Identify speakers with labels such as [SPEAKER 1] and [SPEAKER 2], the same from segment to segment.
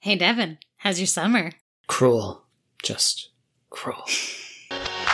[SPEAKER 1] Hey, Devin, how's your summer?
[SPEAKER 2] Cruel. Just cruel.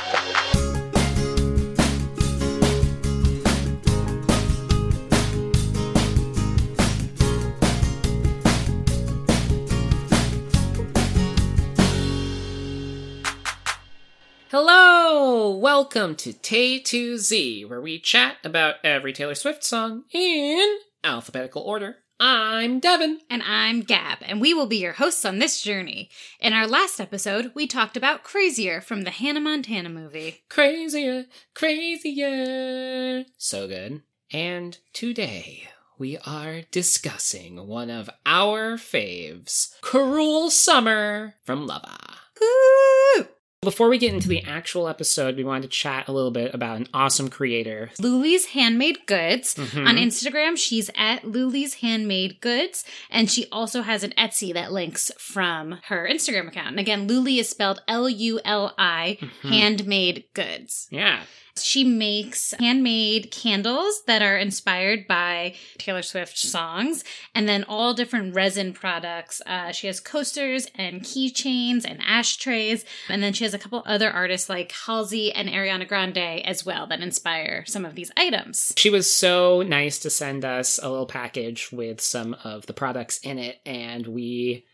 [SPEAKER 3] Hello! Welcome to Tay to Z, where we chat about every Taylor Swift song in alphabetical order. I'm Devin.
[SPEAKER 1] And I'm Gab, and we will be your hosts on this journey. In our last episode, we talked about Crazier from the Hannah Montana movie.
[SPEAKER 3] Crazier, crazier. So good. And today we are discussing one of our faves, Cruel Summer from Lava.
[SPEAKER 1] Woo!
[SPEAKER 3] Before we get into the actual episode, we wanted to chat a little bit about an awesome creator.
[SPEAKER 1] Luli's Handmade Goods.
[SPEAKER 3] Mhm.
[SPEAKER 1] On Instagram, she's at Luli's Handmade Goods, and she also has an Etsy that links from her Instagram account. And again, Luli is spelled L U L I,
[SPEAKER 3] Mhm.
[SPEAKER 1] Handmade Goods.
[SPEAKER 3] Yeah.
[SPEAKER 1] She makes handmade candles that are inspired by Taylor Swift songs and then all different resin products. Uh, she has coasters and keychains and ashtrays. And then she has a couple other artists like Halsey and Ariana Grande as well that inspire some of these items.
[SPEAKER 3] She was so nice to send us a little package with some of the products in it, and we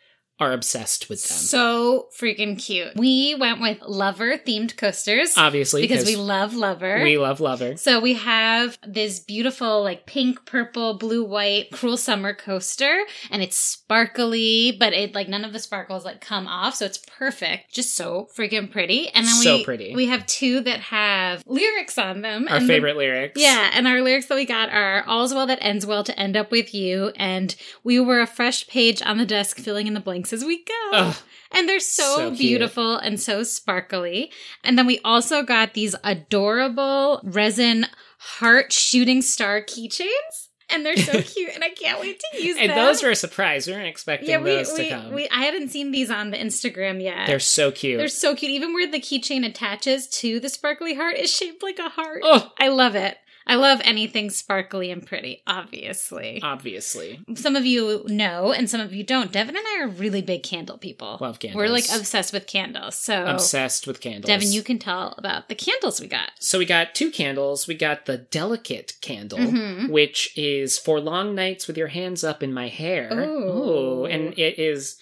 [SPEAKER 3] are obsessed with them.
[SPEAKER 1] So freaking cute. We went with lover themed coasters
[SPEAKER 3] Obviously,
[SPEAKER 1] because we love lover.
[SPEAKER 3] we love Lover.
[SPEAKER 1] So we have this beautiful, like pink, purple, blue, white, cruel summer coaster, and it's sparkly, but it like none of the sparkles like come off, so it's perfect. Just so freaking pretty. And then
[SPEAKER 3] So
[SPEAKER 1] we
[SPEAKER 3] pretty.
[SPEAKER 1] we have two that have lyrics on them.
[SPEAKER 3] Our
[SPEAKER 1] and the-
[SPEAKER 3] favorite lyrics.
[SPEAKER 1] yeah, and our lyrics that we got are "All's well that ends well to end up with you," and "We were a fresh page on the desk, filling in the blanks as we go."
[SPEAKER 3] Ugh,
[SPEAKER 1] And they're so,
[SPEAKER 3] So cute.
[SPEAKER 1] beautiful and so sparkly. And then we also got these adorable resin heart shooting star keychains. And they're so cute. And I can't wait to use
[SPEAKER 3] and
[SPEAKER 1] them.
[SPEAKER 3] those were a surprise. We weren't expecting
[SPEAKER 1] yeah, we,
[SPEAKER 3] those to come.
[SPEAKER 1] we, we, I hadn't seen these on the Instagram yet.
[SPEAKER 3] They're so cute.
[SPEAKER 1] They're so cute. Even where the keychain attaches to the sparkly heart is shaped like a heart.
[SPEAKER 3] oh,
[SPEAKER 1] I love it. I love anything sparkly and pretty, obviously.
[SPEAKER 3] obviously,
[SPEAKER 1] some of you know and some of you don't. Devin and I are really big candle people.
[SPEAKER 3] love candles.
[SPEAKER 1] We're like obsessed with candles. So
[SPEAKER 3] obsessed with candles.
[SPEAKER 1] Devin, you can tell about the candles we got.
[SPEAKER 3] So we got two candles. We got the delicate candle,
[SPEAKER 1] Mhm.
[SPEAKER 3] which is for long nights with your hands up in my hair.
[SPEAKER 1] Ooh.
[SPEAKER 3] Ooh, and it is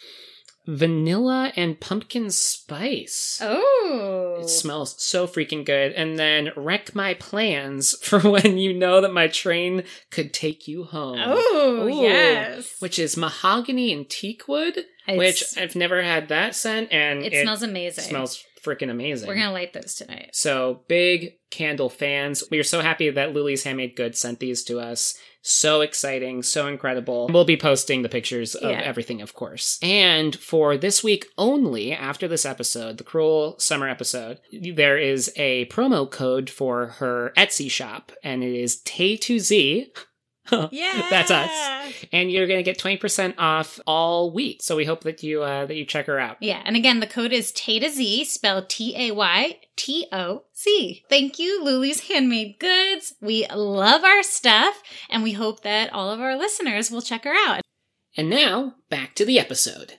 [SPEAKER 3] vanilla and pumpkin spice.
[SPEAKER 1] Oh.
[SPEAKER 3] It smells so freaking good. And then wreck my plans for when you know that my train could take you home.
[SPEAKER 1] Oh,
[SPEAKER 3] Ooh.
[SPEAKER 1] yes.
[SPEAKER 3] Which is mahogany and teak wood,
[SPEAKER 1] It's-
[SPEAKER 3] which I've never had that scent, and
[SPEAKER 1] it, smells amazing.
[SPEAKER 3] smells freaking amazing.
[SPEAKER 1] We're going to light those tonight.
[SPEAKER 3] So, big candle fans, we are so happy that Luli's Handmade Goods sent these to us. So exciting, so incredible. We'll be posting the pictures of
[SPEAKER 1] Yeah.
[SPEAKER 3] everything, of course. And for this week only, after this episode, the Cruel Summer episode, there is a promo code for her Etsy shop, and it is Tay2Z. Oh,
[SPEAKER 1] Yeah.
[SPEAKER 3] That's us. And you're going to get 20% off all week. So we hope that you uh, that you check her out.
[SPEAKER 1] Yeah. And again, the code is Tay to Z, spelled T A Y T O Z. Thank you, Luli's Handmade Goods. We love our stuff, and we hope that all of our listeners will check her out.
[SPEAKER 3] And now, back to the episode.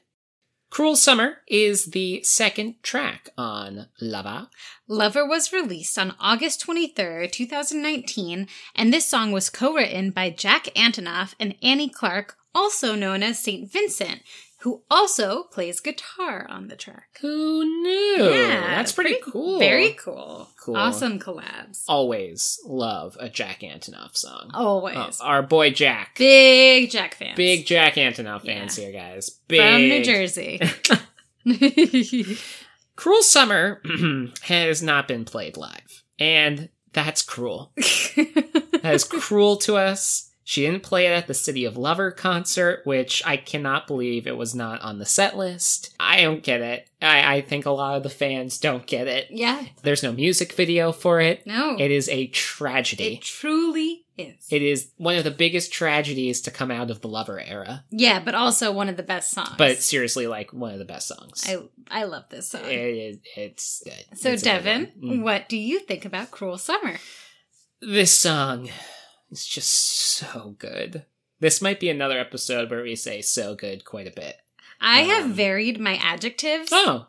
[SPEAKER 3] Cruel Summer is the second track on Lava.
[SPEAKER 1] Lover was released on August 23rd, 2019, and this song was co written by Jack Antonoff and Annie Clark, also known as St. Vincent, who also plays guitar on the track.
[SPEAKER 3] Who knew? That's pretty, cool.
[SPEAKER 1] Very cool.
[SPEAKER 3] Cool. Oh.
[SPEAKER 1] Awesome collabs.
[SPEAKER 3] Always love a Jack Antonoff song.
[SPEAKER 1] Always.
[SPEAKER 3] Oh, our boy Jack.
[SPEAKER 1] Big Jack fans.
[SPEAKER 3] Big Jack Antonoff
[SPEAKER 1] Yeah.
[SPEAKER 3] fans here, guys. Big.
[SPEAKER 1] From New Jersey.
[SPEAKER 3] Cruel Summer has not been played live. And that's cruel. that is cruel to us. She didn't play it at the City of Lover concert, which I cannot believe it was not on the set list. I don't get it. I, I think a lot of the fans don't get it.
[SPEAKER 1] yeah.
[SPEAKER 3] There's no music video for it.
[SPEAKER 1] No.
[SPEAKER 3] It is a
[SPEAKER 1] it
[SPEAKER 3] tragedy.
[SPEAKER 1] truly is.
[SPEAKER 3] It is one of the biggest tragedies to come out of the Lover era.
[SPEAKER 1] yeah, but also one of the best songs.
[SPEAKER 3] But seriously, like one of the best songs.
[SPEAKER 1] I I love this song.
[SPEAKER 3] It is- it's good.
[SPEAKER 1] so
[SPEAKER 3] It's a good
[SPEAKER 1] Devin,
[SPEAKER 3] one. Mm.
[SPEAKER 1] what do you think about Cruel Summer?
[SPEAKER 3] this song is just so good. This might be another episode where we say so good quite a bit.
[SPEAKER 1] I have
[SPEAKER 3] Um,
[SPEAKER 1] varied my adjectives,
[SPEAKER 3] Oh,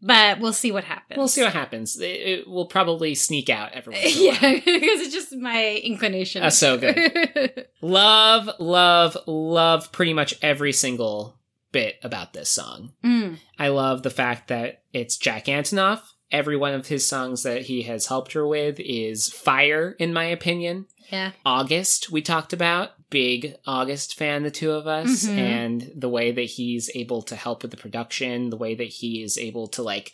[SPEAKER 1] but we'll see what happens.
[SPEAKER 3] we'll see what happens. It, it will probably sneak out every once in a
[SPEAKER 1] yeah,
[SPEAKER 3] while.
[SPEAKER 1] because it's just my inclination.
[SPEAKER 3] That's so good. Love, love, love pretty much every single bit about this song.
[SPEAKER 1] Mm,
[SPEAKER 3] I love the fact that it's Jack Antonoff. Every one of his songs that he has helped her with is fire, in my opinion.
[SPEAKER 1] yeah.
[SPEAKER 3] August, we talked about. Big August fan, the two of us,
[SPEAKER 1] Mhm.
[SPEAKER 3] and the way that he's able to help with the production, the way that he is able to like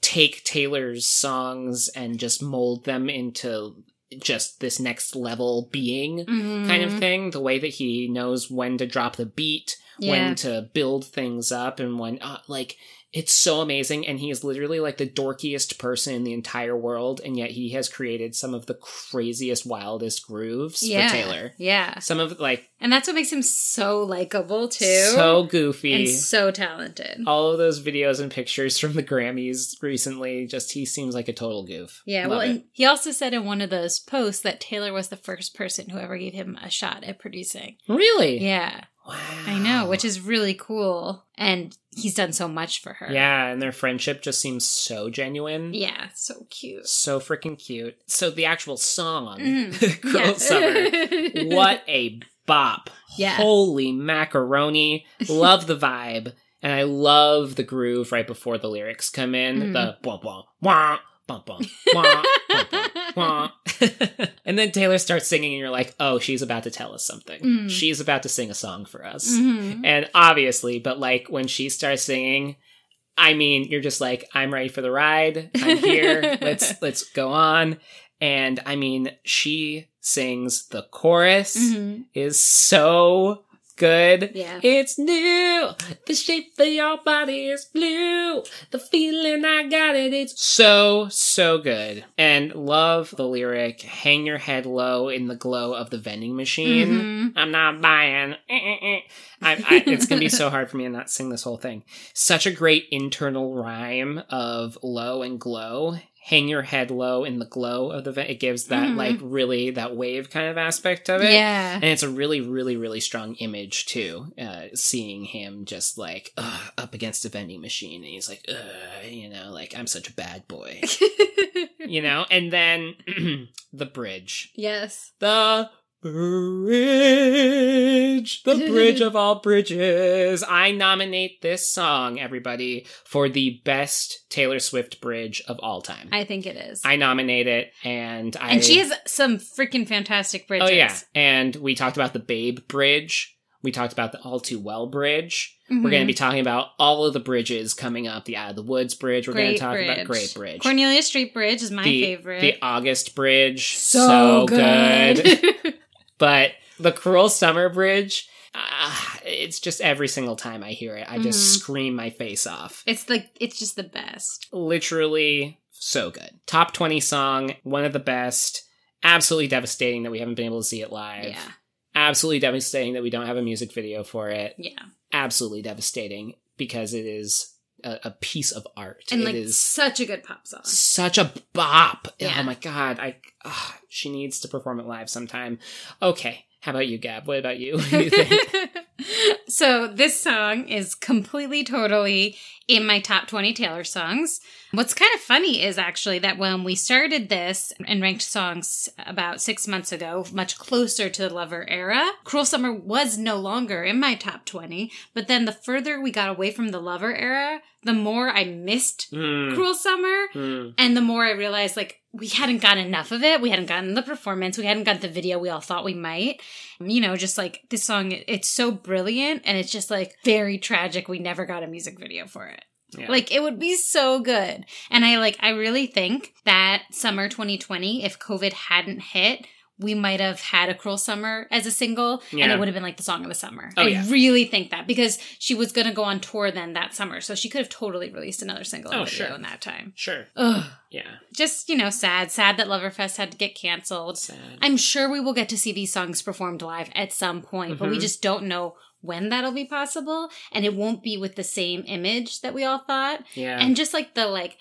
[SPEAKER 3] take Taylor's songs and just mold them into just this next level being kind of
[SPEAKER 1] Mhm.
[SPEAKER 3] thing. The way that he knows when to drop the beat, when to build things up, and when, uh, like, it's so amazing. And he is literally like the dorkiest person in the entire world, and yet he has created some of the craziest, wildest grooves for Taylor.
[SPEAKER 1] Yeah.
[SPEAKER 3] Some of, like,
[SPEAKER 1] And that's what makes him so likable too.
[SPEAKER 3] so Oh, goofy.
[SPEAKER 1] and so talented.
[SPEAKER 3] all of those videos and pictures from the Grammys recently, just he seems like a total goof.
[SPEAKER 1] yeah,
[SPEAKER 3] Love
[SPEAKER 1] well,
[SPEAKER 3] it.
[SPEAKER 1] and he also said in one of those posts that Taylor was the first person who ever gave him a shot at producing.
[SPEAKER 3] really?
[SPEAKER 1] Yeah,
[SPEAKER 3] Wow.
[SPEAKER 1] I know, which is really cool. And he's done so much for her.
[SPEAKER 3] Yeah, and their friendship just seems so genuine.
[SPEAKER 1] Yeah, so cute.
[SPEAKER 3] So freaking cute. So the actual song,
[SPEAKER 1] Mhm.
[SPEAKER 3] Girl
[SPEAKER 1] Yeah.
[SPEAKER 3] Summer, what a bop.
[SPEAKER 1] Yeah.
[SPEAKER 3] Holy macaroni. Love the vibe. And I love the groove right before the lyrics come in.
[SPEAKER 1] Mhm.
[SPEAKER 3] The wah wah wah bum bum wah bum bum wah. and then Taylor starts singing, and you're like, oh, she's about to tell us something.
[SPEAKER 1] Mhm.
[SPEAKER 3] She's about to sing a song for us
[SPEAKER 1] Mhm.
[SPEAKER 3] and obviously but like when she starts singing i mean you're just like i'm ready for the ride i'm here let's let's go on and i mean she sings the chorus
[SPEAKER 1] Mhm.
[SPEAKER 3] is so good
[SPEAKER 1] Yeah.
[SPEAKER 3] it's new the shape of your body is blue the feeling i got it it's so so good and love the lyric hang your head low in the glow of the vending machine
[SPEAKER 1] Mhm.
[SPEAKER 3] I'm not buying. Eh, eh, eh. I, I, it's gonna be so hard for me to not sing this whole thing. Such a great internal rhyme of low and glow. Hang your head low in the glow of the vent. It gives that
[SPEAKER 1] Mhm.
[SPEAKER 3] like really that wave kind of aspect of it.
[SPEAKER 1] Yeah.
[SPEAKER 3] And it's a really, really, really strong image too. Uh, seeing him just like ugh, up against a vending machine, and he's like, ugh, you know, like I'm such a bad boy, you know. And then the bridge.
[SPEAKER 1] yes.
[SPEAKER 3] The bridge, the bridge of all bridges. I nominate this song, everybody, for the best Taylor Swift bridge of all time. I,
[SPEAKER 1] I think it is.
[SPEAKER 3] nominate it, and I
[SPEAKER 1] and she has some freaking fantastic bridges.
[SPEAKER 3] Oh yeah, and we talked about the Babe bridge. We talked about the All Too Well bridge. We're
[SPEAKER 1] Mm-hmm.
[SPEAKER 3] going to be talking about all of the bridges coming up. The Out of the Woods bridge. We're going to
[SPEAKER 1] Great
[SPEAKER 3] talk about
[SPEAKER 1] bridge.
[SPEAKER 3] Great Bridge.
[SPEAKER 1] Mm-hmm. Cornelia Street Bridge is my
[SPEAKER 3] the,
[SPEAKER 1] favorite.
[SPEAKER 3] The August bridge. So, good. but the cruel summer bridge ah, it's just every single time i hear it i just
[SPEAKER 1] Mhm.
[SPEAKER 3] scream my face off
[SPEAKER 1] it's like it's just the best.
[SPEAKER 3] literally so good top 20 song one of the best absolutely devastating that we haven't been able to see it live
[SPEAKER 1] Yeah.
[SPEAKER 3] absolutely devastating that we don't have a music video for it
[SPEAKER 1] Yeah.
[SPEAKER 3] absolutely devastating because it is a, a piece of art
[SPEAKER 1] And
[SPEAKER 3] It
[SPEAKER 1] like
[SPEAKER 3] is
[SPEAKER 1] such a good pop song.
[SPEAKER 3] such a bop
[SPEAKER 1] Yeah.
[SPEAKER 3] oh my god i ah, she needs to perform it live sometime okay how about you gab what about you what do you think
[SPEAKER 1] so this song is completely totally in my top 20 Taylor songs. What's kind of funny is actually that when we started this and ranked songs about 6 months ago, much closer to the Lover era, Cruel Summer was no longer in my top 20, but then the further we got away from the Lover era, the more I missed
[SPEAKER 3] Mm.
[SPEAKER 1] Cruel Summer
[SPEAKER 3] Mm.
[SPEAKER 1] And the more I realized, like, we hadn't gotten enough of it. We hadn't gotten the performance. We hadn't gotten the video we all thought we might. You know, just like this song, it's so brilliant and it's just like very tragic. We never got a music video for it.
[SPEAKER 3] Yeah.
[SPEAKER 1] Like, it would be so good. And I like, I really think that summer 2020, if COVID hadn't hit, we might have had a cruel summer as a single and
[SPEAKER 3] Yeah.
[SPEAKER 1] it would have been like the song of the summer.
[SPEAKER 3] Oh,
[SPEAKER 1] I
[SPEAKER 3] yeah.
[SPEAKER 1] really think that because she was going to go on tour then that summer. So she could have totally released another single and
[SPEAKER 3] Oh,
[SPEAKER 1] video
[SPEAKER 3] sure.
[SPEAKER 1] in that time.
[SPEAKER 3] Sure.
[SPEAKER 1] Ugh
[SPEAKER 3] Yeah.
[SPEAKER 1] just you know sad sad that loverfest had to get canceled
[SPEAKER 3] Sad.
[SPEAKER 1] i'm sure we will get to see these songs performed live at some point but we
[SPEAKER 3] Mhm.
[SPEAKER 1] just don't know when that'll be possible and it won't be with the same image that we all thought
[SPEAKER 3] Yeah.
[SPEAKER 1] and just like the like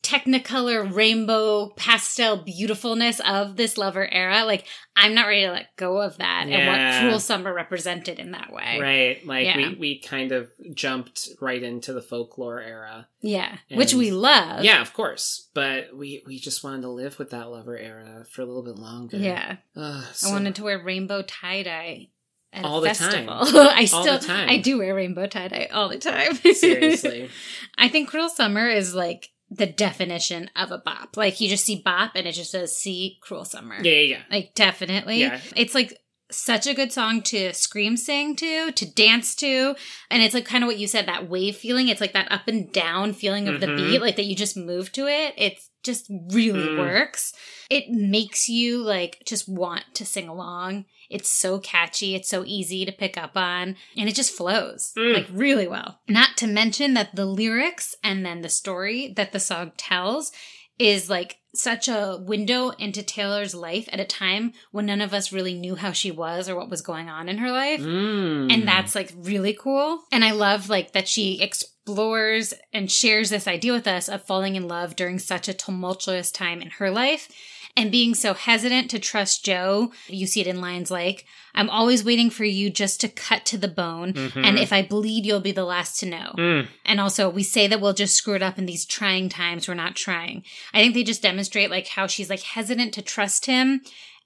[SPEAKER 1] technicolor rainbow pastel beautifulness of this lover era like i'm not ready to let go of that and
[SPEAKER 3] Yeah.
[SPEAKER 1] what cruel summer represented in that way
[SPEAKER 3] Right. Like
[SPEAKER 1] Yeah.
[SPEAKER 3] we, we kind of jumped right into the folklore era.
[SPEAKER 1] yeah which
[SPEAKER 3] And-
[SPEAKER 1] we love
[SPEAKER 3] Yeah, of course. But we we just wanted to live with that lover era for a little bit longer.
[SPEAKER 1] yeah
[SPEAKER 3] Ugh,
[SPEAKER 1] i
[SPEAKER 3] so-
[SPEAKER 1] wanted to wear rainbow tie-dye at
[SPEAKER 3] All
[SPEAKER 1] a
[SPEAKER 3] the time.
[SPEAKER 1] festival i
[SPEAKER 3] All
[SPEAKER 1] still
[SPEAKER 3] the time.
[SPEAKER 1] i do wear rainbow tie-dye all the time
[SPEAKER 3] Seriously.
[SPEAKER 1] I think Cruel Summer is like the definition of a bop. Like you just see bop and it just says see Cruel Summer.
[SPEAKER 3] Yeah, yeah, yeah.
[SPEAKER 1] Like definitely.
[SPEAKER 3] Yeah.
[SPEAKER 1] It's like such a good song to scream sing to, to dance to. And it's like kind of what you said, that wave feeling. It's like that up and down feeling of
[SPEAKER 3] Mhm.
[SPEAKER 1] the beat, like that you just move to it. It's just really
[SPEAKER 3] Mm.
[SPEAKER 1] works. It makes you like just want to sing along. It's so catchy. It's so easy to pick up on. And it just flows
[SPEAKER 3] Mm.
[SPEAKER 1] like really well. Not to mention that the lyrics and then the story that the song tells is like such a window into Taylor's life at a time when none of us really knew how she was or what was going on in her life.
[SPEAKER 3] Mm.
[SPEAKER 1] And that's like really cool. And I love like that she explores and shares this idea with us of falling in love during such a tumultuous time in her life and being so hesitant to trust Joe. You see it in lines like, I'm always waiting for you just to cut to the bone.
[SPEAKER 3] Mhm.
[SPEAKER 1] And if I bleed, you'll be the last to know.
[SPEAKER 3] Mm.
[SPEAKER 1] And also, we say that we'll just screw it up in these trying times. We're not trying. I think they just demonstrate like how she's like hesitant to trust him.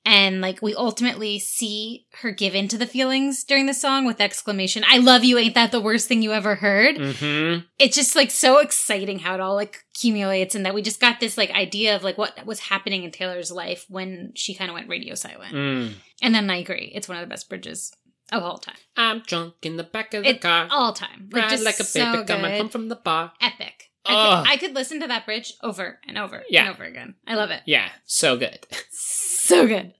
[SPEAKER 1] And like we ultimately see her give in to the feelings during the song with exclamation, I love you, ain't that the worst thing you ever heard?
[SPEAKER 3] Mhm.
[SPEAKER 1] It's just like so exciting how it all like accumulates and that we just got this like idea of like what was happening in Taylor's life when she kind of went radio silent.
[SPEAKER 3] Mm.
[SPEAKER 1] And then I agree. It's one of the best bridges of all time.
[SPEAKER 3] I'm drunk in the back of the
[SPEAKER 1] It-
[SPEAKER 3] car.
[SPEAKER 1] All time. Like,
[SPEAKER 3] Ride
[SPEAKER 1] just
[SPEAKER 3] like a
[SPEAKER 1] so
[SPEAKER 3] baby coming
[SPEAKER 1] good.
[SPEAKER 3] home from the bar.
[SPEAKER 1] epic. I
[SPEAKER 3] Ugh.
[SPEAKER 1] could, I could listen to that bridge over and over
[SPEAKER 3] Yeah.
[SPEAKER 1] and over again. I love it.
[SPEAKER 3] Yeah, so good.
[SPEAKER 1] So good.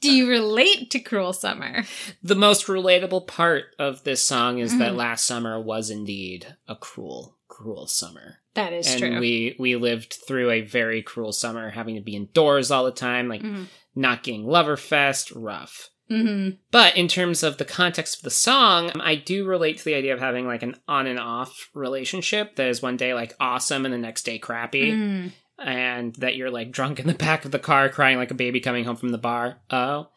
[SPEAKER 1] Do you relate to Cruel Summer?
[SPEAKER 3] The most relatable part of this song is that
[SPEAKER 1] Mhm.
[SPEAKER 3] last summer was indeed a cruel, cruel summer.
[SPEAKER 1] That is
[SPEAKER 3] and
[SPEAKER 1] true.
[SPEAKER 3] we we lived through a very cruel summer, having to be indoors all the time, like
[SPEAKER 1] Mhm.
[SPEAKER 3] not getting lover fest, rough.
[SPEAKER 1] Mhm.
[SPEAKER 3] But in terms of the context of the song, I do relate to the idea of having like an on and off relationship that is one day like awesome and the next day crappy,
[SPEAKER 1] Mm.
[SPEAKER 3] and that you're like drunk in the back of the car crying like a baby coming home from the bar. Oh,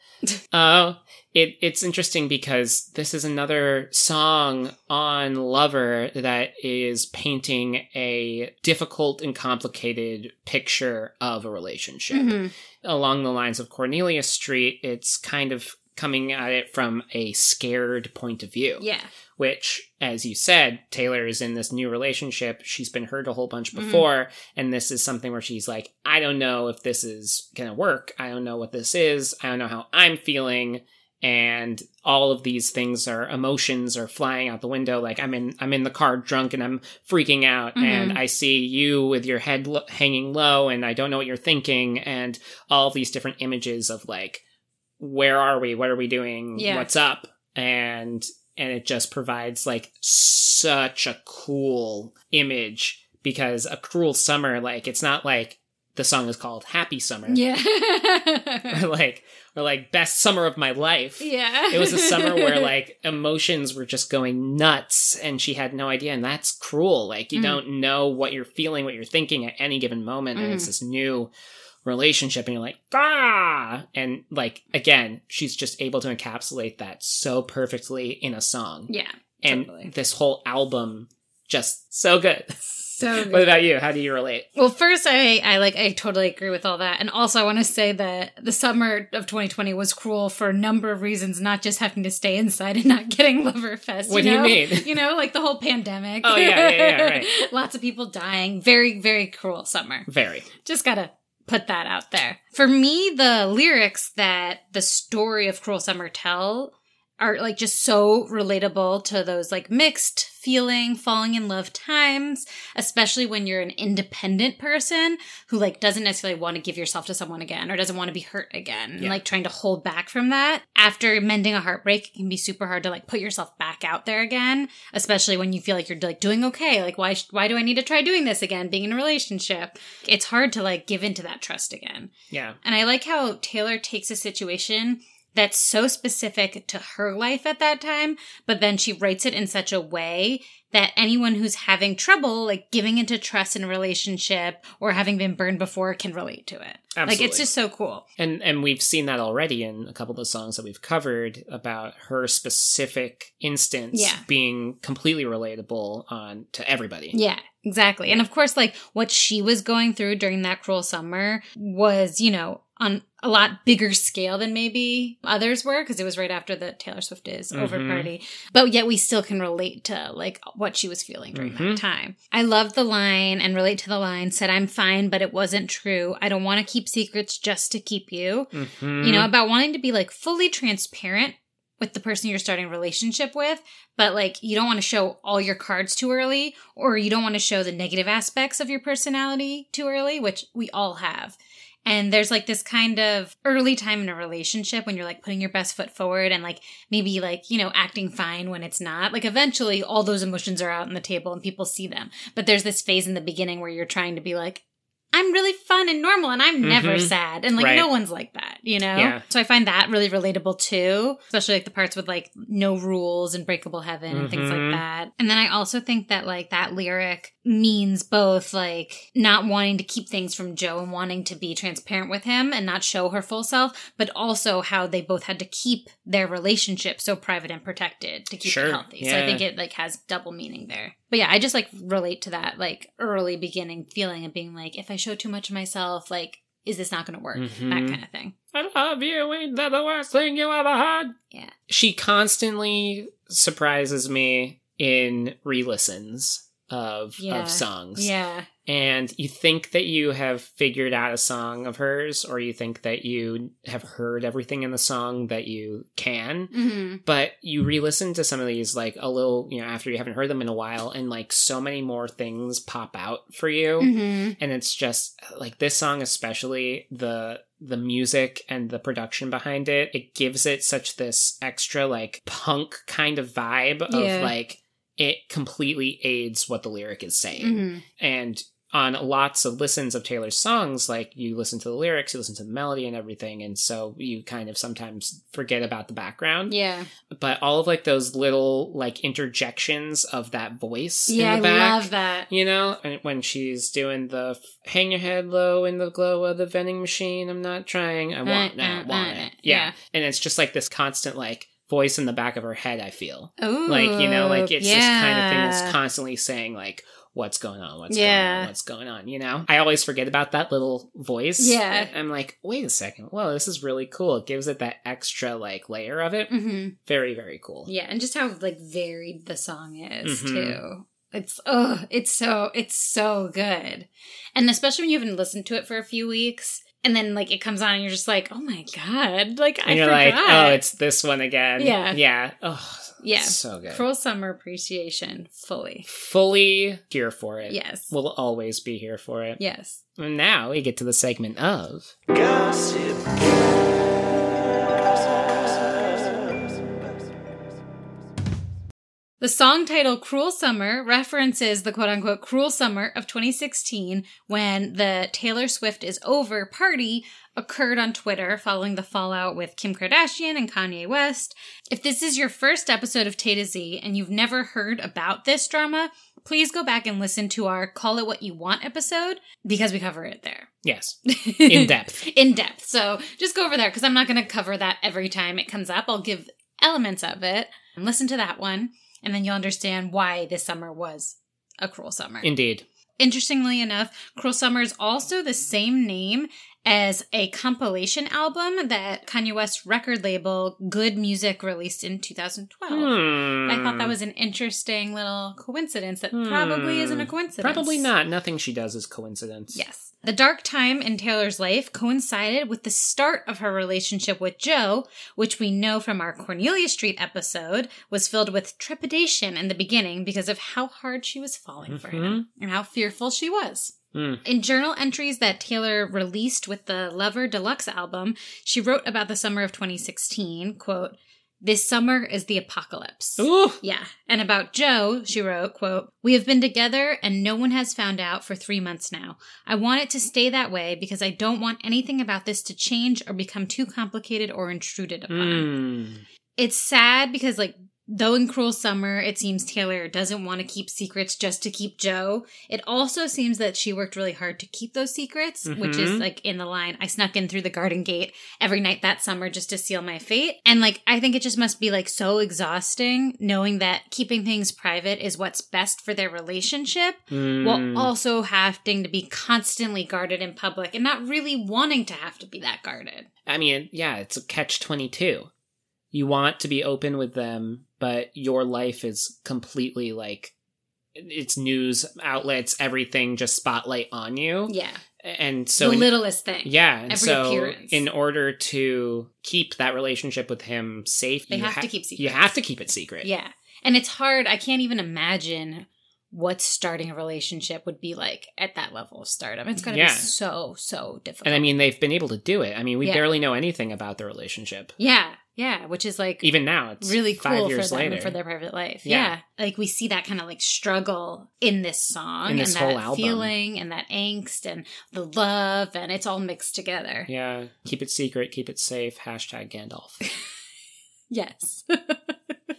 [SPEAKER 3] oh, it it's interesting because this is another song on Lover that is painting a difficult and complicated picture of a relationship
[SPEAKER 1] Mhm.
[SPEAKER 3] along the lines of Cornelia Street, it's kind of coming at it from a scared point of view.
[SPEAKER 1] Yeah.
[SPEAKER 3] Which, as you said, Taylor is in this new relationship. She's been hurt a whole bunch
[SPEAKER 1] Mhm.
[SPEAKER 3] before, and this is something where she's like, I don't know if this is gonna work. I don't know what this is. I don't know how I'm feeling. And all of these things are emotions are flying out the window. Like I'm in, I'm in the car drunk and I'm freaking out,
[SPEAKER 1] Mhm.
[SPEAKER 3] and I see you with your head lo- hanging low, and I don't know what you're thinking, and all these different images of like where are we what are we doing
[SPEAKER 1] Yeah.
[SPEAKER 3] what's up and and it just provides like such a cool image because a cruel summer like it's not like the song is called happy summer
[SPEAKER 1] Yeah.
[SPEAKER 3] or like or like best summer of my life
[SPEAKER 1] yeah.
[SPEAKER 3] it was a summer where like emotions were just going nuts and she had no idea and that's cruel like you
[SPEAKER 1] Mm.
[SPEAKER 3] don't know what you're feeling what you're thinking at any given moment and
[SPEAKER 1] Mm.
[SPEAKER 3] it's this new relationship and you're like ah and like again she's just able to encapsulate that so perfectly in a song
[SPEAKER 1] Yeah.
[SPEAKER 3] and
[SPEAKER 1] totally.
[SPEAKER 3] this whole album just so good
[SPEAKER 1] So
[SPEAKER 3] what
[SPEAKER 1] good.
[SPEAKER 3] about you how do you relate
[SPEAKER 1] Well, first, I, I like I totally agree with all that, and also I want to say that the summer of 2020 was cruel for a number of reasons, not just having to stay inside and not getting Lover Fest.
[SPEAKER 3] what do
[SPEAKER 1] know?
[SPEAKER 3] you mean
[SPEAKER 1] you know, like the whole pandemic.
[SPEAKER 3] Oh, yeah, yeah, yeah, right.
[SPEAKER 1] Lots of people dying. Very, very cruel summer.
[SPEAKER 3] very
[SPEAKER 1] Just gotta put that out there. For me, the lyrics that the story of Cruel Summer tell are like just so relatable to those like mixed feeling, falling in love times, especially when you're an independent person who like doesn't necessarily want to give yourself to someone again or doesn't want to be hurt again. And
[SPEAKER 3] Yeah.
[SPEAKER 1] like trying to hold back from that. After mending a heartbreak, it can be super hard to like put yourself back out there again, especially when you feel like you're like doing okay. Like why sh- why do I need to try doing this again being in a relationship? It's hard to like give into that trust again.
[SPEAKER 3] yeah
[SPEAKER 1] And I like how Taylor takes a situation that's so specific to her life at that time, but then she writes it in such a way that anyone who's having trouble like giving into trust in a relationship or having been burned before can relate to it.
[SPEAKER 3] Absolutely.
[SPEAKER 1] Like it's just so cool.
[SPEAKER 3] and and we've seen that already in a couple of the songs that we've covered about her specific instance
[SPEAKER 1] Yeah.
[SPEAKER 3] being completely relatable on to everybody.
[SPEAKER 1] Yeah, exactly. And of course, like what she was going through during that cruel summer was, you know, on a lot bigger scale than maybe others were because it was right after the Taylor Swift is over
[SPEAKER 3] Mhm.
[SPEAKER 1] party. But yet we still can relate to like what she was feeling during that
[SPEAKER 3] Mhm.
[SPEAKER 1] time. I love the line and relate to the line said, I'm fine, but it wasn't true. I don't want to keep secrets just to keep you.
[SPEAKER 3] Mhm.
[SPEAKER 1] You know, about wanting to be like fully transparent with the person you're starting a relationship with, but like you don't want to show all your cards too early or you don't want to show the negative aspects of your personality too early, which we all have. And there's like this kind of early time in a relationship when you're like putting your best foot forward and like maybe like, you know, acting fine when it's not. Like eventually all those emotions are out on the table and people see them. But there's this phase in the beginning where you're trying to be like, I'm really fun and normal and I'm never
[SPEAKER 3] Mhm.
[SPEAKER 1] sad. And like
[SPEAKER 3] Right.
[SPEAKER 1] no one's like that, you know?
[SPEAKER 3] Yeah.
[SPEAKER 1] So I find that really relatable too, especially like the parts with like no rules and breakable heaven and things like
[SPEAKER 3] Mhm.
[SPEAKER 1] that. And then I also think that like that lyric means both like not wanting to keep things from Joe and wanting to be transparent with him and not show her full self, but also how they both had to keep their relationship so private and protected to keep it
[SPEAKER 3] Sure.
[SPEAKER 1] healthy. So I think
[SPEAKER 3] Yeah.
[SPEAKER 1] it like has double meaning there. But yeah, I just like relate to that like early beginning feeling of being like, if I show too much of myself, like, is this not going to work? That
[SPEAKER 3] Mhm.
[SPEAKER 1] kind of thing.
[SPEAKER 3] I love you, ain't that the worst thing you ever had?
[SPEAKER 1] Yeah.
[SPEAKER 3] She constantly surprises me in re listens of
[SPEAKER 1] Yeah.
[SPEAKER 3] of songs.
[SPEAKER 1] Yeah.
[SPEAKER 3] And you think that you have figured out a song of hers, or you think that you have heard everything in the song that you can.
[SPEAKER 1] hmm
[SPEAKER 3] But you re listen to some of these like a little, you know, after you haven't heard them in a while, and like so many more things pop out for you.
[SPEAKER 1] hmm
[SPEAKER 3] and it's just like this song especially the the music and the production behind it it gives it such this extra like punk kind of vibe of
[SPEAKER 1] Yeah.
[SPEAKER 3] like it completely aids what the lyric is
[SPEAKER 1] Mm-hmm.
[SPEAKER 3] saying and on lots of listens of Taylor's songs, like you listen to the lyrics, you listen to the melody and everything, and so you kind of sometimes forget about the background.
[SPEAKER 1] Yeah.
[SPEAKER 3] But all of like those little like interjections of that voice
[SPEAKER 1] Yeah, I
[SPEAKER 3] in the back,
[SPEAKER 1] love that.
[SPEAKER 3] you know, and when she's doing the f- hang your head low in the glow of the vending machine, I'm not trying, I want,
[SPEAKER 1] Uh,
[SPEAKER 3] I
[SPEAKER 1] uh,
[SPEAKER 3] want
[SPEAKER 1] uh,
[SPEAKER 3] it.
[SPEAKER 1] yeah.
[SPEAKER 3] Yeah. And it's just like this constant, like, voice in the back of her head, I feel.
[SPEAKER 1] Ooh,
[SPEAKER 3] Like, you know, like it's this kind of thing
[SPEAKER 1] yeah.
[SPEAKER 3] that's constantly saying, like, what's going on, what's going
[SPEAKER 1] Yeah.
[SPEAKER 3] on, what's going on, you know? I always forget about that little voice.
[SPEAKER 1] Yeah.
[SPEAKER 3] I'm like, wait a second, whoa, this is really cool. It gives it that extra, like, layer of it.
[SPEAKER 1] Mhm.
[SPEAKER 3] Very, very cool.
[SPEAKER 1] Yeah, and just how like varied the song is
[SPEAKER 3] Mhm.
[SPEAKER 1] too. It's oh, it's so it's so good, and especially when you haven't listened to it for a few weeks, and then like it comes on, and you're just like, oh my god, like I
[SPEAKER 3] And you're
[SPEAKER 1] forgot.
[SPEAKER 3] like, oh, it's this one again.
[SPEAKER 1] Yeah.
[SPEAKER 3] Yeah. Oh,
[SPEAKER 1] yeah,
[SPEAKER 3] so good.
[SPEAKER 1] cruel summer appreciation fully.
[SPEAKER 3] fully here for it.
[SPEAKER 1] Yes,
[SPEAKER 3] We'll always be here for it.
[SPEAKER 1] yes.
[SPEAKER 3] And now we get to the segment of
[SPEAKER 4] Gossip.
[SPEAKER 1] The song title Cruel Summer references the quote unquote cruel summer of 2016 when the Taylor Swift is over party occurred on Twitter following the fallout with Kim Kardashian and Kanye West. If this is your first episode of Tay to Z and you've never heard about this drama, please go back and listen to our Call It What You Want episode because we cover it there.
[SPEAKER 3] yes, in depth.
[SPEAKER 1] in depth. So just go over there because I'm not going to cover that every time it comes up. I'll give elements of it. And listen to that one, and then you'll understand why this summer was a cruel summer.
[SPEAKER 3] Indeed.
[SPEAKER 1] Interestingly enough, Cruel Summer is also the same name as a compilation album that Kanye West's record label Good Music released in 2012.
[SPEAKER 3] Hmm.
[SPEAKER 1] Oh, I thought that was an interesting little coincidence that probably
[SPEAKER 3] Hmm.
[SPEAKER 1] isn't a coincidence.
[SPEAKER 3] probably not. Nothing she does is coincidence.
[SPEAKER 1] Yes. The dark time in Taylor's life coincided with the start of her relationship with Joe, which we know from our Cornelia Street episode was filled with trepidation in the beginning because of how hard she was falling for him and how fearful she was.
[SPEAKER 3] Hmm.
[SPEAKER 1] In journal entries that Taylor released with the Lover Deluxe album, she wrote about the summer of 2016, quote, This summer is the apocalypse.
[SPEAKER 3] Ooh,
[SPEAKER 1] Yeah. And about Joe, she wrote, quote, We have been together and no one has found out for three months now. I want it to stay that way because I don't want anything about this to change or become too complicated or intruded upon.
[SPEAKER 3] mm.
[SPEAKER 1] It's sad because like though in Cruel Summer it seems Taylor doesn't want to keep secrets just to keep Joe, it also seems that she worked really hard to keep those secrets, which is
[SPEAKER 3] Mhm.
[SPEAKER 1] like in the line, I snuck in through the garden gate every night that summer just to seal my fate. And like I think it just must be like so exhausting knowing that keeping things private is what's best for their relationship
[SPEAKER 3] Mm.
[SPEAKER 1] while also having to be constantly guarded in public and not really wanting to have to be that guarded.
[SPEAKER 3] I mean, yeah, it's a catch 22. You want to be open with them, but your life is completely like it's news outlets, everything just spotlight on you.
[SPEAKER 1] Yeah.
[SPEAKER 3] And so,
[SPEAKER 1] the
[SPEAKER 3] in-
[SPEAKER 1] littlest thing.
[SPEAKER 3] yeah, and
[SPEAKER 1] every
[SPEAKER 3] so
[SPEAKER 1] appearance.
[SPEAKER 3] in order to keep that relationship with him safe,
[SPEAKER 1] They
[SPEAKER 3] you
[SPEAKER 1] have to
[SPEAKER 3] ha-
[SPEAKER 1] keep
[SPEAKER 3] You
[SPEAKER 1] secrets.
[SPEAKER 3] have to keep it secret.
[SPEAKER 1] Yeah. And it's hard. I can't even imagine what starting a relationship would be like at that level of stardom. It's going to
[SPEAKER 3] Yeah.
[SPEAKER 1] be so, so difficult.
[SPEAKER 3] And I mean, they've been able to do it. I mean, we
[SPEAKER 1] Yeah.
[SPEAKER 3] barely know anything about the relationship.
[SPEAKER 1] yeah, yeah, which is like
[SPEAKER 3] Even now, it's
[SPEAKER 1] really
[SPEAKER 3] five
[SPEAKER 1] cool for
[SPEAKER 3] years
[SPEAKER 1] them
[SPEAKER 3] later.
[SPEAKER 1] for their private life. Yeah.
[SPEAKER 3] Yeah.
[SPEAKER 1] Like we see that kind of like struggle in this song
[SPEAKER 3] In this
[SPEAKER 1] and
[SPEAKER 3] whole
[SPEAKER 1] that
[SPEAKER 3] album.
[SPEAKER 1] feeling and that angst and the love and it's all mixed together.
[SPEAKER 3] yeah, keep it secret, keep it safe. Hashtag Gandalf.
[SPEAKER 1] Yes.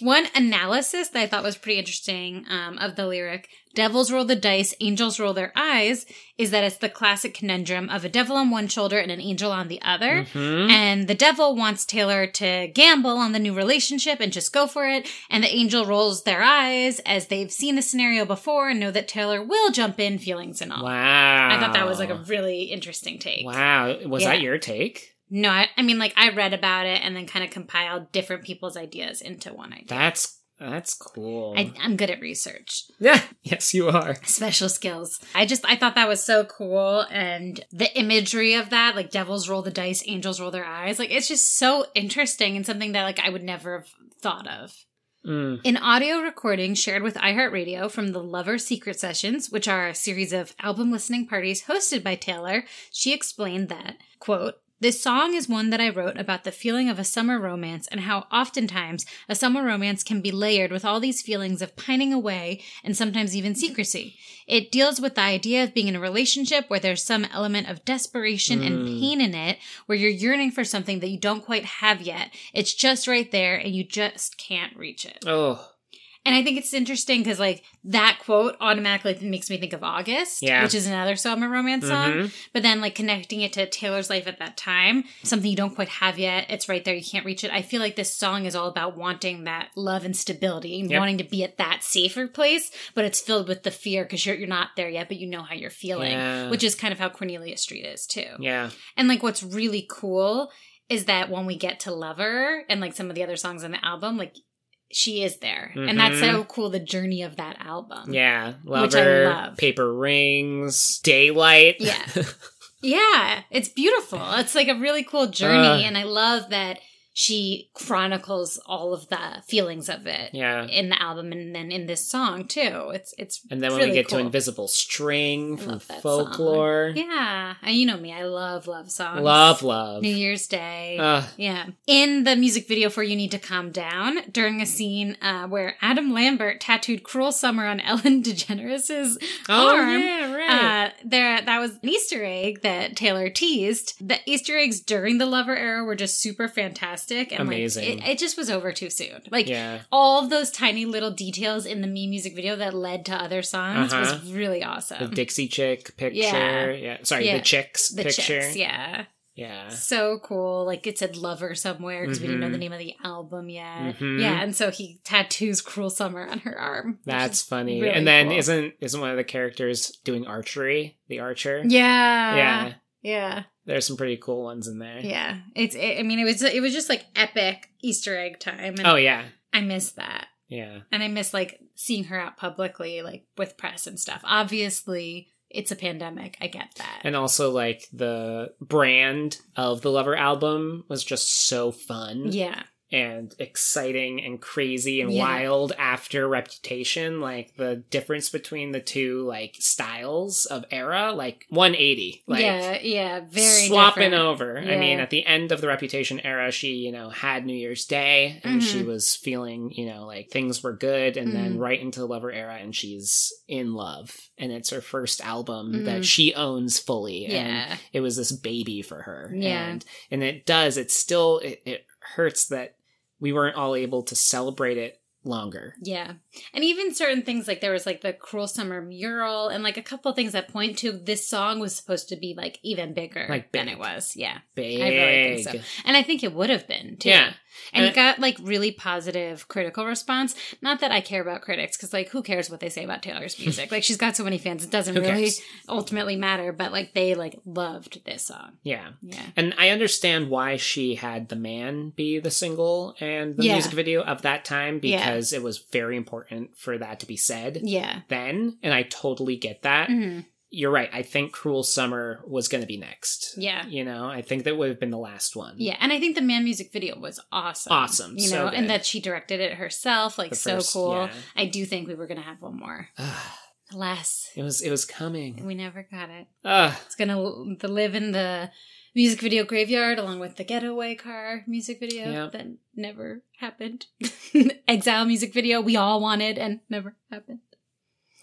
[SPEAKER 1] One analysis that I thought was pretty interesting um, of the lyric, devils roll the dice, angels roll their eyes, is that it's the classic conundrum of a devil on one shoulder and an angel on the other.
[SPEAKER 3] Mhm.
[SPEAKER 1] And the devil wants Taylor to gamble on the new relationship and just go for it. And the angel rolls their eyes as they've seen the scenario before and know that Taylor will jump in, feelings and all.
[SPEAKER 3] Wow.
[SPEAKER 1] I thought that was like a really interesting take.
[SPEAKER 3] Wow. Was
[SPEAKER 1] Yeah.
[SPEAKER 3] that your take?
[SPEAKER 1] No, I, I mean, like, I read about it and then kind of compiled different people's ideas into one idea.
[SPEAKER 3] That's that's cool.
[SPEAKER 1] I, I'm good at research,
[SPEAKER 3] yeah. Yes, you are.
[SPEAKER 1] special skills. I just, I thought that was so cool. And the imagery of that, like, devils roll the dice, angels roll their eyes. Like, it's just so interesting and something that, like, I would never have thought of.
[SPEAKER 3] Mm.
[SPEAKER 1] An audio recording shared with iHeartRadio from the Lover Secret Sessions, which are a series of album listening parties hosted by Taylor, she explained that, quote, this song is one that I wrote about the feeling of a summer romance and how oftentimes a summer romance can be layered with all these feelings of pining away and sometimes even secrecy. It deals with the idea of being in a relationship where there's some element of desperation and
[SPEAKER 3] Mm.
[SPEAKER 1] pain in it, where you're yearning for something that you don't quite have yet. It's just right there and you just can't reach it.
[SPEAKER 3] Oh.
[SPEAKER 1] And I think it's interesting because like that quote automatically makes me think of August,
[SPEAKER 3] Yeah.
[SPEAKER 1] which is another summer romance song.
[SPEAKER 3] Mhm.
[SPEAKER 1] But then like connecting it to Taylor's life at that time, something you don't quite have yet. It's right there. You can't reach it. I feel like this song is all about wanting that love and stability and
[SPEAKER 3] Yep.
[SPEAKER 1] wanting to be at that safer place. But it's filled with the fear because you're, you're not there yet, but you know how you're feeling,
[SPEAKER 3] Yeah.
[SPEAKER 1] which is kind of how Cornelia Street is too.
[SPEAKER 3] Yeah.
[SPEAKER 1] And like what's really cool is that when we get to Lover and like some of the other songs on the album, like she is there. And that's so cool the journey of that album.
[SPEAKER 3] Mm-hmm. Yeah. Lover.
[SPEAKER 1] Which I love.
[SPEAKER 3] Paper rings. Daylight.
[SPEAKER 1] Yeah. Yeah. It's beautiful. It's like a really cool journey.
[SPEAKER 3] Uh.
[SPEAKER 1] and I love that she chronicles all of the feelings of it
[SPEAKER 3] yeah.
[SPEAKER 1] in the album and then in this song too. It's it's
[SPEAKER 3] And then when we
[SPEAKER 1] really
[SPEAKER 3] get
[SPEAKER 1] cool.
[SPEAKER 3] to Invisible String
[SPEAKER 1] I
[SPEAKER 3] from
[SPEAKER 1] love that song.
[SPEAKER 3] folklore.
[SPEAKER 1] Yeah. And you know me, I love love songs.
[SPEAKER 3] Love, love. Uh,
[SPEAKER 1] New Year's Day.
[SPEAKER 3] Ugh.
[SPEAKER 1] Yeah. In the music video for You Need to Calm Down, during a scene uh, where Adam Lambert tattooed Cruel Summer on Ellen DeGeneres'
[SPEAKER 3] oh
[SPEAKER 1] arm.
[SPEAKER 3] yeah, right.
[SPEAKER 1] Uh, there, that was an Easter egg that Taylor teased. The Easter eggs during the Lover era were just super fantastic, and
[SPEAKER 3] Amazing.
[SPEAKER 1] Like, it, it just was over too soon. Like
[SPEAKER 3] yeah.
[SPEAKER 1] all of those tiny little details in the Me music video that led to other songs
[SPEAKER 3] Uh-huh.
[SPEAKER 1] was really
[SPEAKER 3] The
[SPEAKER 1] awesome.
[SPEAKER 3] Dixie chick picture.
[SPEAKER 1] Um, Yeah.
[SPEAKER 3] Yeah. Sorry,
[SPEAKER 1] Yeah.
[SPEAKER 3] the chicks
[SPEAKER 1] The
[SPEAKER 3] picture.
[SPEAKER 1] chicks, yeah,
[SPEAKER 3] yeah.
[SPEAKER 1] so cool. Like it said lover somewhere because we didn't know
[SPEAKER 3] Mhm.
[SPEAKER 1] the name of the album yet.
[SPEAKER 3] Mhm.
[SPEAKER 1] Yeah, and so he tattoos Cruel Summer on her arm. which
[SPEAKER 3] That's
[SPEAKER 1] is-
[SPEAKER 3] funny.
[SPEAKER 1] really
[SPEAKER 3] and then
[SPEAKER 1] cool.
[SPEAKER 3] isn't isn't one of the characters doing archery? The archer.
[SPEAKER 1] yeah.
[SPEAKER 3] Yeah.
[SPEAKER 1] Yeah.
[SPEAKER 3] There's some pretty cool ones in there.
[SPEAKER 1] Yeah. It's it, I mean it was it was just like epic Easter egg time and
[SPEAKER 3] Oh yeah.
[SPEAKER 1] I miss that.
[SPEAKER 3] Yeah.
[SPEAKER 1] And I miss like seeing her out publicly like with press and stuff. Obviously, it's a pandemic. I get that.
[SPEAKER 3] And also like the brand of the Lover album was just so fun.
[SPEAKER 1] yeah.
[SPEAKER 3] and exciting and crazy and
[SPEAKER 1] Yeah.
[SPEAKER 3] wild after Reputation. Like the difference between the two like styles of era, like 180. Like
[SPEAKER 1] yeah, yeah, very
[SPEAKER 3] slopping
[SPEAKER 1] different.
[SPEAKER 3] over. I mean,
[SPEAKER 1] Yeah.
[SPEAKER 3] at the end of the Reputation era, she, you know, had New Year's Day and
[SPEAKER 1] Mhm.
[SPEAKER 3] she was feeling, you know, like things were good. And
[SPEAKER 1] Mm.
[SPEAKER 3] then right into the Lover era, and she's in love. And it's her first album that
[SPEAKER 1] Mhm.
[SPEAKER 3] she owns fully. And
[SPEAKER 1] Yeah,
[SPEAKER 3] it was this baby for her.
[SPEAKER 1] Yeah.
[SPEAKER 3] And, and it does, it still, it, it hurts that we weren't all able to celebrate it longer.
[SPEAKER 1] yeah, and even certain things like there was like the cruel summer mural and like a couple things that point to this song was supposed to be like even bigger
[SPEAKER 3] Like
[SPEAKER 1] than
[SPEAKER 3] big.
[SPEAKER 1] it was. Yeah,
[SPEAKER 3] Big.
[SPEAKER 1] really think so. and I think it would have been too.
[SPEAKER 3] Yeah.
[SPEAKER 1] and
[SPEAKER 3] And-
[SPEAKER 1] it got like really positive critical response. Not that I care about critics because like who cares what they say about Taylor's music? like she's got so many fans, it doesn't
[SPEAKER 3] Who
[SPEAKER 1] really
[SPEAKER 3] cares?
[SPEAKER 1] ultimately matter. But like they like loved this song.
[SPEAKER 3] Yeah.
[SPEAKER 1] Yeah.
[SPEAKER 3] And I understand why she had The Man be the single and the
[SPEAKER 1] Yeah.
[SPEAKER 3] music video of that time
[SPEAKER 1] Yeah.
[SPEAKER 3] because it was very important for that to be said
[SPEAKER 1] Yeah.
[SPEAKER 3] then. And I totally get that.
[SPEAKER 1] Mhm.
[SPEAKER 3] You're right. I think Cruel Summer was going to be next.
[SPEAKER 1] Yeah.
[SPEAKER 3] You know, I think that would have been the last one.
[SPEAKER 1] Yeah, and I think the man music video was awesome.
[SPEAKER 3] Awesome.
[SPEAKER 1] You
[SPEAKER 3] So
[SPEAKER 1] know,
[SPEAKER 3] good.
[SPEAKER 1] and that she directed it herself, like
[SPEAKER 3] The
[SPEAKER 1] so
[SPEAKER 3] first-
[SPEAKER 1] cool.
[SPEAKER 3] yeah.
[SPEAKER 1] I do think we were gonna have one more.
[SPEAKER 3] Ah,
[SPEAKER 1] Alas,
[SPEAKER 3] it was it was coming.
[SPEAKER 1] we never got it.
[SPEAKER 3] Ah,
[SPEAKER 1] It's gonna l- the live in the music video graveyard along with the getaway car music video
[SPEAKER 3] Yep.
[SPEAKER 1] that never happened. Exile music video we all wanted and never happened.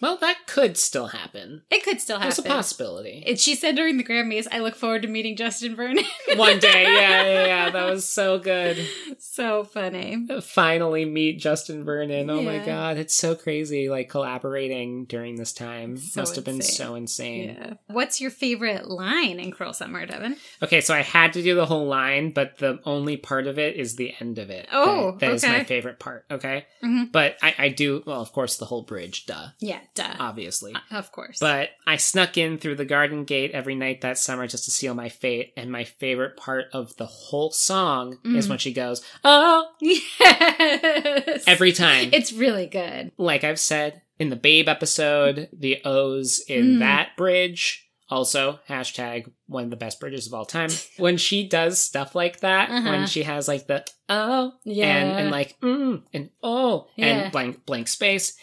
[SPEAKER 3] well, that could still happen.
[SPEAKER 1] It could still happen.
[SPEAKER 3] It's a possibility.
[SPEAKER 1] And she said during the Grammys, I look forward to meeting Justin Vernon.
[SPEAKER 3] one day. Yeah, yeah, yeah. That was so good.
[SPEAKER 1] so funny.
[SPEAKER 3] finally meet Justin Vernon. Oh my
[SPEAKER 1] Yeah.
[SPEAKER 3] god, it's so crazy! Like collaborating during this time
[SPEAKER 1] It's so
[SPEAKER 3] must have been
[SPEAKER 1] insane.
[SPEAKER 3] so insane.
[SPEAKER 1] Yeah. What's your favorite line in Cruel Summer, Devin?
[SPEAKER 3] Okay, so I had to do the whole line, but the only part of it is the end of it.
[SPEAKER 1] Oh,
[SPEAKER 3] That- that is my
[SPEAKER 1] okay.
[SPEAKER 3] favorite part. Okay,
[SPEAKER 1] Mhm.
[SPEAKER 3] but I, I do well, of course, the whole bridge, duh,
[SPEAKER 1] Yeah, duh.
[SPEAKER 3] obviously.
[SPEAKER 1] Uh, of course.
[SPEAKER 3] But I snuck in through the garden gate every night that summer just to seal my fate. And my favorite part of the whole song is
[SPEAKER 1] Mhm.
[SPEAKER 3] when she goes, "Oh!"
[SPEAKER 1] yes.
[SPEAKER 3] every time.
[SPEAKER 1] It's really good.
[SPEAKER 3] like I've said in the Babe episode, the O's in
[SPEAKER 1] Mm.
[SPEAKER 3] that bridge. Also, hashtag one of the best bridges of all time. When she does stuff like that, when
[SPEAKER 1] Uh-huh.
[SPEAKER 3] she has like the oh
[SPEAKER 1] Yeah.
[SPEAKER 3] and, and like mm and oh
[SPEAKER 1] Yeah.
[SPEAKER 3] and blank blank space,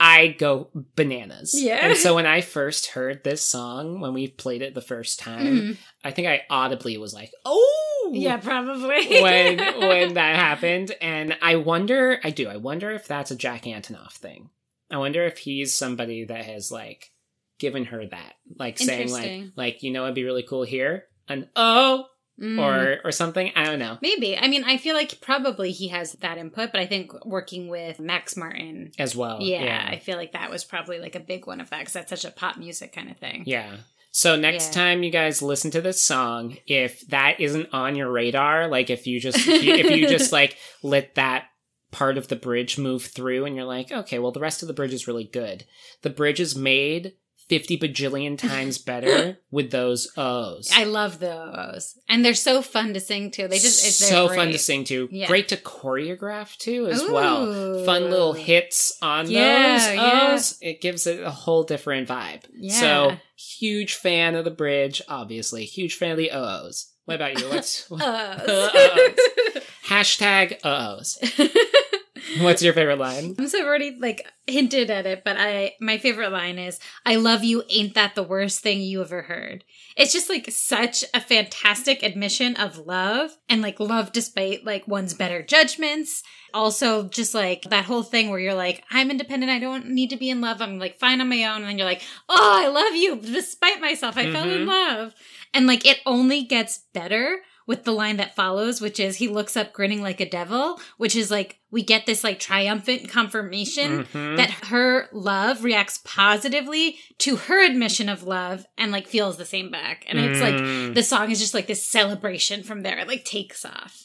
[SPEAKER 3] I go bananas.
[SPEAKER 1] Yeah.
[SPEAKER 3] And so when I first heard this song, when we played it the first time,
[SPEAKER 1] Mhm.
[SPEAKER 3] I think I audibly was like, oh
[SPEAKER 1] Yeah, probably.
[SPEAKER 3] when when that happened and i wonder i do i wonder if that's a jack antonoff thing i wonder if he's somebody that has like given her that like saying like
[SPEAKER 1] Interesting.
[SPEAKER 3] like you know it'd be really cool here an oh
[SPEAKER 1] Mm.
[SPEAKER 3] or or something i don't know
[SPEAKER 1] maybe. I mean, I feel like probably he has that input, but I think working with Max Martin,
[SPEAKER 3] as well
[SPEAKER 1] yeah, I
[SPEAKER 3] Oh, yeah,
[SPEAKER 1] feel like that was probably like a big one of that because that's such a pop music kind of thing.
[SPEAKER 3] Yeah. So next
[SPEAKER 1] Yeah.
[SPEAKER 3] time you guys listen to this song, if that isn't on your radar, like if you just if you, if you just like let that part of the bridge move through and you're like, okay, well the rest of the bridge is really good. The bridge is made 50 bajillion times better with those O's.
[SPEAKER 1] I love those, and they're so fun to sing too. They just it's
[SPEAKER 3] so fun to sing to.
[SPEAKER 1] Yeah.
[SPEAKER 3] Great to choreograph to as well. Fun
[SPEAKER 1] Ooh.
[SPEAKER 3] little hits on
[SPEAKER 1] Yeah, yeah.
[SPEAKER 3] those O's. It gives it a whole different vibe.
[SPEAKER 1] Yeah.
[SPEAKER 3] So huge fan of the bridge, obviously. Huge fan of the O's. What about you? What's what-
[SPEAKER 1] Us.
[SPEAKER 3] hashtag O's? What's your favorite line?
[SPEAKER 1] I'm so I've already like hinted at it, but I my favorite line is "I love you, ain't that the worst thing you ever heard?" It's just like such a fantastic admission of love and like love despite like one's better judgments. Also, just like that whole thing where you're like, "I'm independent, I don't need to be in love, I'm like fine on my own," and then you're like, "Oh, I love you despite myself, I fell
[SPEAKER 3] Mhm.
[SPEAKER 1] in love," and like it only gets better with the line that follows, which is he looks up grinning like a devil, which is like we get this like triumphant confirmation
[SPEAKER 3] Mhm.
[SPEAKER 1] that her love reacts positively to her admission of love and like feels the same back. And it's like
[SPEAKER 3] Mm.
[SPEAKER 1] the song is just like this celebration from there. It like takes off.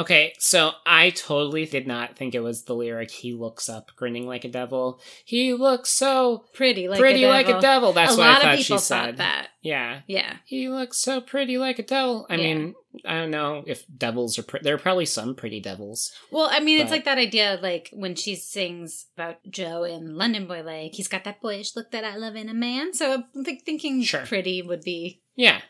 [SPEAKER 3] Okay, so I totally did not think it was the lyric he looks up grinning like a devil. He looks so
[SPEAKER 1] Pretty like
[SPEAKER 3] pretty
[SPEAKER 1] a
[SPEAKER 3] like a devil. That's
[SPEAKER 1] a
[SPEAKER 3] what I
[SPEAKER 1] lot
[SPEAKER 3] thought
[SPEAKER 1] of people
[SPEAKER 3] she
[SPEAKER 1] thought
[SPEAKER 3] said.
[SPEAKER 1] that.
[SPEAKER 3] Yeah.
[SPEAKER 1] Yeah.
[SPEAKER 3] He looks so pretty like a devil. I
[SPEAKER 1] Yeah.
[SPEAKER 3] mean, I don't know if devils are pretty. There are probably some pretty devils.
[SPEAKER 1] Well, I mean, it's
[SPEAKER 3] But-
[SPEAKER 1] like that idea, like when she sings about Joe in London Boy, like he's got that boyish look that I love in a man. So I'm like, thinking
[SPEAKER 3] Sure.
[SPEAKER 1] pretty would be
[SPEAKER 3] Yeah.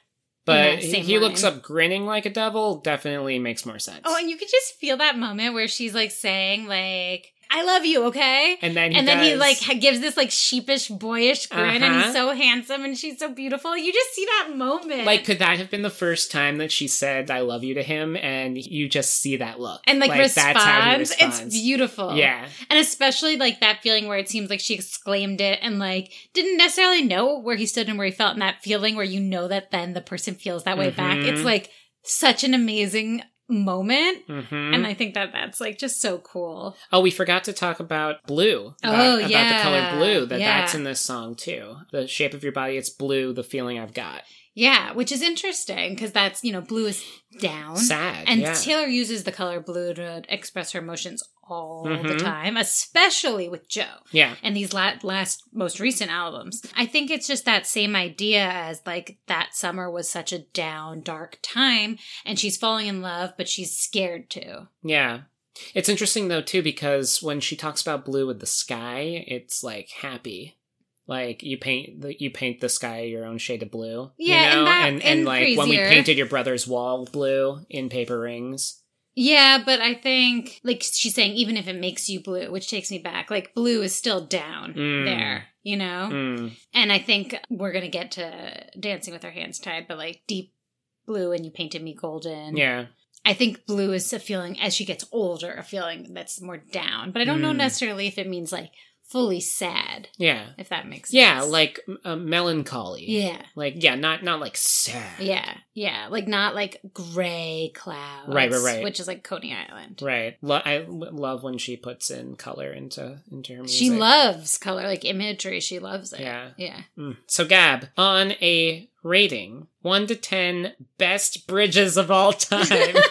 [SPEAKER 3] But
[SPEAKER 1] Yeah,
[SPEAKER 3] he,
[SPEAKER 1] same
[SPEAKER 3] he looks
[SPEAKER 1] line.
[SPEAKER 3] up grinning like a devil definitely makes more sense.
[SPEAKER 1] Oh, and you could just feel that moment where she's like saying, like, I love you, okay?
[SPEAKER 3] and then he
[SPEAKER 1] and then he
[SPEAKER 3] does-
[SPEAKER 1] like ha- gives this like sheepish, boyish grin, and he's
[SPEAKER 3] Uh-huh.
[SPEAKER 1] so handsome and she's so beautiful. You just see that moment.
[SPEAKER 3] like could that have been the first time that she said I love you to him and you just see that look
[SPEAKER 1] and like, responds.
[SPEAKER 3] that's how he
[SPEAKER 1] It's
[SPEAKER 3] responds.
[SPEAKER 1] beautiful.
[SPEAKER 3] yeah
[SPEAKER 1] And especially like that feeling where it seems like she exclaimed it and like didn't necessarily know where he stood and where he felt. And that feeling where you know that then the person feels that way back.
[SPEAKER 3] Mhm.
[SPEAKER 1] It's like such an amazing moment.
[SPEAKER 3] mm-hmm.
[SPEAKER 1] And I think that that's like just so cool.
[SPEAKER 3] Oh, we forgot to talk about blue.
[SPEAKER 1] Oh,
[SPEAKER 3] about,
[SPEAKER 1] yeah.
[SPEAKER 3] About the color blue. That
[SPEAKER 1] Yeah.
[SPEAKER 3] that's in this song too. The shape of your body, it's blue. The feeling I've got.
[SPEAKER 1] Yeah, which is interesting because that's, you know, blue is down.
[SPEAKER 3] Sad.
[SPEAKER 1] And
[SPEAKER 3] yeah.
[SPEAKER 1] Taylor uses the color blue to express her emotions all the
[SPEAKER 3] Mhm.
[SPEAKER 1] time, especially with Joe
[SPEAKER 3] yeah.
[SPEAKER 1] and these la- last, most recent albums. I think it's just that same idea as like that summer was such a down, dark time, and she's falling in love, but she's scared too.
[SPEAKER 3] Yeah. It's interesting though too because when she talks about blue with the sky, it's like happy. Like you paint the you paint the sky your own shade of blue.
[SPEAKER 1] Yeah,
[SPEAKER 3] you
[SPEAKER 1] and
[SPEAKER 3] know?
[SPEAKER 1] that-
[SPEAKER 3] and,
[SPEAKER 1] and
[SPEAKER 3] like when we
[SPEAKER 1] crazier.
[SPEAKER 3] painted your brother's wall blue in paper rings.
[SPEAKER 1] Yeah, but I think like she's saying, even if it makes you blue, which takes me back, like blue is still down
[SPEAKER 3] Mm.
[SPEAKER 1] there, you know?
[SPEAKER 3] Mm.
[SPEAKER 1] And I think we're gonna get to dancing with our hands tied, but like deep blue and you painted me golden.
[SPEAKER 3] Yeah.
[SPEAKER 1] I think blue is a feeling as she gets older, a feeling that's more down. But I don't know
[SPEAKER 3] Mm.
[SPEAKER 1] necessarily if it means like fully sad,
[SPEAKER 3] Yeah.
[SPEAKER 1] if that makes
[SPEAKER 3] Yeah,
[SPEAKER 1] sense.
[SPEAKER 3] like uh, melancholy.
[SPEAKER 1] Yeah.
[SPEAKER 3] Like yeah, not not like sad.
[SPEAKER 1] Yeah. Yeah. Like not like gray clouds.
[SPEAKER 3] Right, right, right.
[SPEAKER 1] Which is like Coney Island.
[SPEAKER 3] Right. Lo- I w- love when she puts in color into into her music.
[SPEAKER 1] She loves color, like imagery. She loves it.
[SPEAKER 3] Yeah.
[SPEAKER 1] Yeah.
[SPEAKER 3] Mm. So Gab, on a rating, 1 to 10 best bridges of all time. and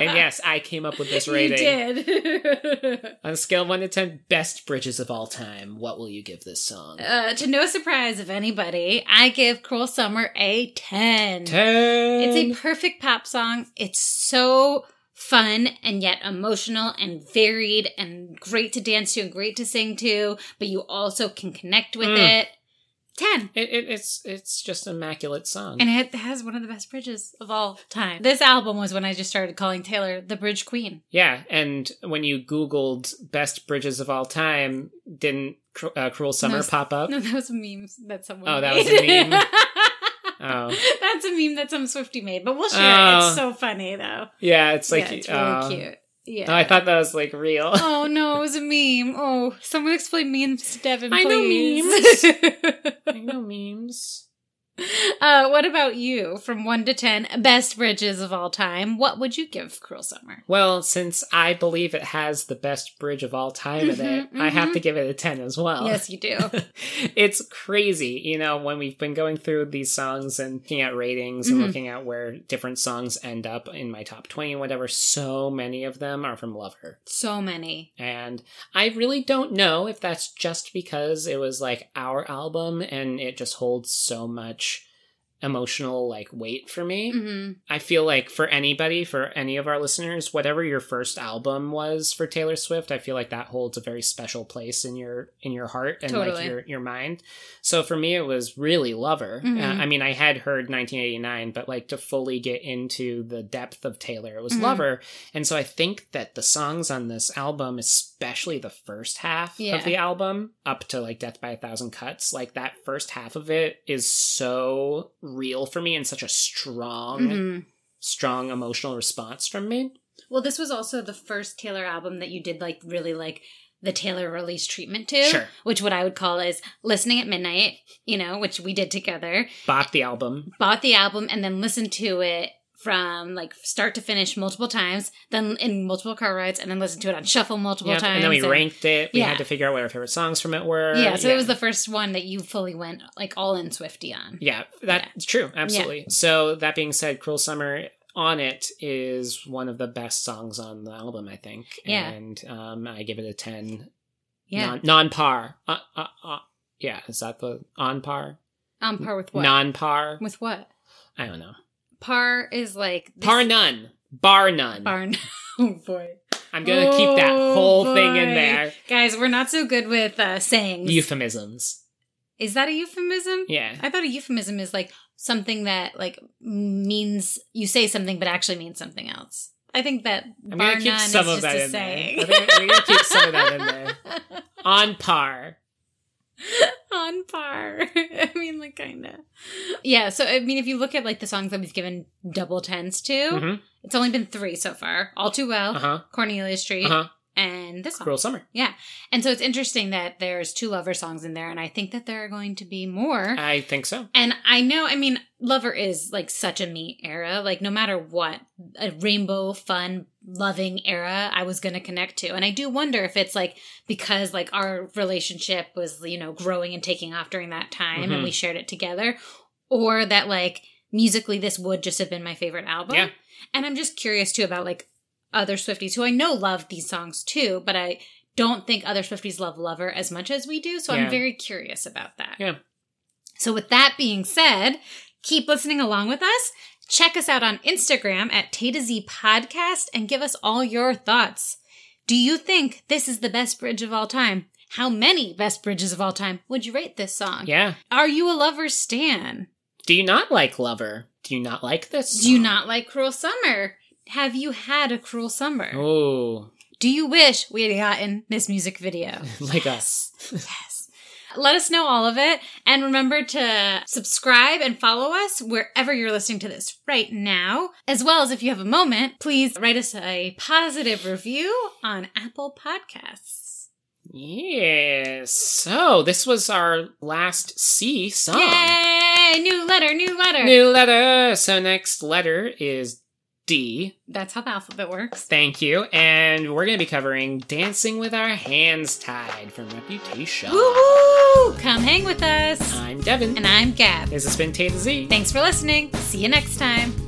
[SPEAKER 3] yes, I came up with this
[SPEAKER 1] You
[SPEAKER 3] rating.
[SPEAKER 1] did.
[SPEAKER 3] On a scale of 1 to 10 best bridges of all time, what will you give this song?
[SPEAKER 1] Uh, to no surprise of anybody, I give Cruel Summer a 10.
[SPEAKER 3] 10.
[SPEAKER 1] It's a perfect pop song. It's so fun and yet emotional and varied and great to dance to and great to sing to, but you also can connect with
[SPEAKER 3] Mm.
[SPEAKER 1] it. 10.
[SPEAKER 3] it, it, it's it's just an immaculate song.
[SPEAKER 1] And it has one of the best bridges of all time. This album was when I just started calling Taylor the Bridge Queen.
[SPEAKER 3] yeah, and when you googled best bridges of all time, didn't Cru- uh, Cruel Summer
[SPEAKER 1] it's-
[SPEAKER 3] pop up?
[SPEAKER 1] No, that was a meme that someone
[SPEAKER 3] Oh, that
[SPEAKER 1] made.
[SPEAKER 3] was a meme? Oh.
[SPEAKER 1] That's a meme that some Swifty made, but we'll share it.
[SPEAKER 3] Oh.
[SPEAKER 1] It's so funny though.
[SPEAKER 3] Yeah, it's like
[SPEAKER 1] yeah, it's really
[SPEAKER 3] uh,
[SPEAKER 1] cute. Yeah.
[SPEAKER 3] Oh, I thought that was like real.
[SPEAKER 1] oh no, it was a meme. Oh, someone explain memes to Devin,
[SPEAKER 3] I know
[SPEAKER 1] please.
[SPEAKER 3] I know memes.
[SPEAKER 1] uh, what about you? From one to ten, best bridges of all time. What would you give Cruel Summer?
[SPEAKER 3] Well, since I believe it has the best bridge of all time in it,
[SPEAKER 1] Mhm,
[SPEAKER 3] I have
[SPEAKER 1] mhm.
[SPEAKER 3] to give it a 10 as well.
[SPEAKER 1] Yes, you do.
[SPEAKER 3] it's crazy, you know, when we've been going through these songs and looking at ratings
[SPEAKER 1] Mhm.
[SPEAKER 3] and looking at where different songs end up in my top 20 and whatever, so many of them are from Lover.
[SPEAKER 1] so many.
[SPEAKER 3] And I really don't know if that's just because it was like our album and it just holds so much emotional like weight for me.
[SPEAKER 1] hmm
[SPEAKER 3] I feel like for anybody, for any of our listeners, whatever your first album was for Taylor Swift, I feel like that holds a very special place in your in your heart and
[SPEAKER 1] Totally.
[SPEAKER 3] like your your mind. So for me, it was really Lover.
[SPEAKER 1] Mhm.
[SPEAKER 3] Uh, I mean, I had heard 1989, but like to fully get into the depth of Taylor, it was
[SPEAKER 1] Mhm.
[SPEAKER 3] Lover. And so I think that the songs on this album, especially the first half
[SPEAKER 1] Yeah.
[SPEAKER 3] of the album, up to like Death by a Thousand Cuts, like that first half of it is so real for me and such a strong
[SPEAKER 1] hmm
[SPEAKER 3] strong emotional response from me.
[SPEAKER 1] Well, this was also the first Taylor album that you did like really like the Taylor release treatment to,
[SPEAKER 3] Sure.
[SPEAKER 1] which what I would call is listening at midnight. You know, which we did together.
[SPEAKER 3] Bought the album.
[SPEAKER 1] bought the album and then listened to it from like start to finish multiple times, then in multiple car rides, and then listened to it on shuffle multiple
[SPEAKER 3] Yep.
[SPEAKER 1] times.
[SPEAKER 3] And then we ranked it. We
[SPEAKER 1] Yeah.
[SPEAKER 3] had to figure out what our favorite songs from it were.
[SPEAKER 1] Yeah, so it was the first one that you fully went like all in Swifty on.
[SPEAKER 3] Yeah, that's true. Absolutely. So that being said, Cruel Summer on it is one of the best songs on the album, I think.
[SPEAKER 1] Yeah.
[SPEAKER 3] And um, I give it a 10.
[SPEAKER 1] Yeah,
[SPEAKER 3] Non par. Uh, uh, uh, yeah, is that the on par?
[SPEAKER 1] on par with what?
[SPEAKER 3] Non par?
[SPEAKER 1] with what?
[SPEAKER 3] I don't know.
[SPEAKER 1] Par is like this-
[SPEAKER 3] Par none. Bar none.
[SPEAKER 1] Par. oh boy,
[SPEAKER 3] I'm going to keep that
[SPEAKER 1] Oh,
[SPEAKER 3] whole thing
[SPEAKER 1] boy.
[SPEAKER 3] in there.
[SPEAKER 1] guys, we're not so good with uh, sayings.
[SPEAKER 3] Euphemisms.
[SPEAKER 1] is that a euphemism?
[SPEAKER 3] Yeah.
[SPEAKER 1] I thought a euphemism is like something that like means you say something but actually means something else. I think that
[SPEAKER 3] I'm
[SPEAKER 1] bar
[SPEAKER 3] gonna keep
[SPEAKER 1] none
[SPEAKER 3] some
[SPEAKER 1] is
[SPEAKER 3] of
[SPEAKER 1] just
[SPEAKER 3] that
[SPEAKER 1] a
[SPEAKER 3] in
[SPEAKER 1] saying.
[SPEAKER 3] there. I think we're gonna keep some of that in there. On par.
[SPEAKER 1] on par. I mean, like kind of. Yeah. So I mean, if you look at like the songs that we've given double tens to,
[SPEAKER 3] Mhm.
[SPEAKER 1] it's only been three so far. All too well,
[SPEAKER 3] Uh huh.
[SPEAKER 1] Cornelia Street,
[SPEAKER 3] Uh-huh.
[SPEAKER 1] and this song.
[SPEAKER 3] Cruel summer.
[SPEAKER 1] And so it's interesting that there's two lover songs in there, and I think that there are going to be more.
[SPEAKER 3] I think so.
[SPEAKER 1] and I know, I mean, Lover is like such a me era. Like, no matter what, a rainbow, fun, loving era I was going to connect to. And I do wonder if it's like because like our relationship was, you know, growing and taking off during that time and
[SPEAKER 3] Mhm.
[SPEAKER 1] we shared it together, or that like musically this would just have been my favorite album.
[SPEAKER 3] Yeah.
[SPEAKER 1] And I'm just curious too about like other Swifties who I know love these songs too, but I don't think other Swifties love Lover as much as we do. So
[SPEAKER 3] Yeah.
[SPEAKER 1] I'm very curious about that.
[SPEAKER 3] Yeah.
[SPEAKER 1] So with that being said, keep listening along with us. Check us out on Instagram at Tay to Z Podcast and give us all your thoughts. Do you think this is the best bridge of all time? How many best bridges of all time would you rate this song?
[SPEAKER 3] Yeah.
[SPEAKER 1] Are you a lover stan?
[SPEAKER 3] Do you not like Lover? Do you not like this?
[SPEAKER 1] Do you not like Cruel Summer? Have you had a cruel summer?
[SPEAKER 3] Oh,
[SPEAKER 1] Do you wish we had gotten this music video?
[SPEAKER 3] like us.
[SPEAKER 1] yes. Let us know all of it. And remember to subscribe and follow us wherever you're listening to this right now. As well as if you have a moment, please write us a positive review on Apple Podcasts.
[SPEAKER 3] Yes. So this was our last C song.
[SPEAKER 1] Yay! New letter, new letter.
[SPEAKER 3] Oh. New letter. So next letter is D.
[SPEAKER 1] That's how the alphabet works.
[SPEAKER 3] Thank you. And we're going to be covering Dancing with Our Hands Tied from Reputation.
[SPEAKER 1] Woo woo! Come hang with us.
[SPEAKER 3] I'm Devin.
[SPEAKER 1] And I'm Gab.
[SPEAKER 3] this has been Tay to Z.
[SPEAKER 1] Thanks for listening. See you next time.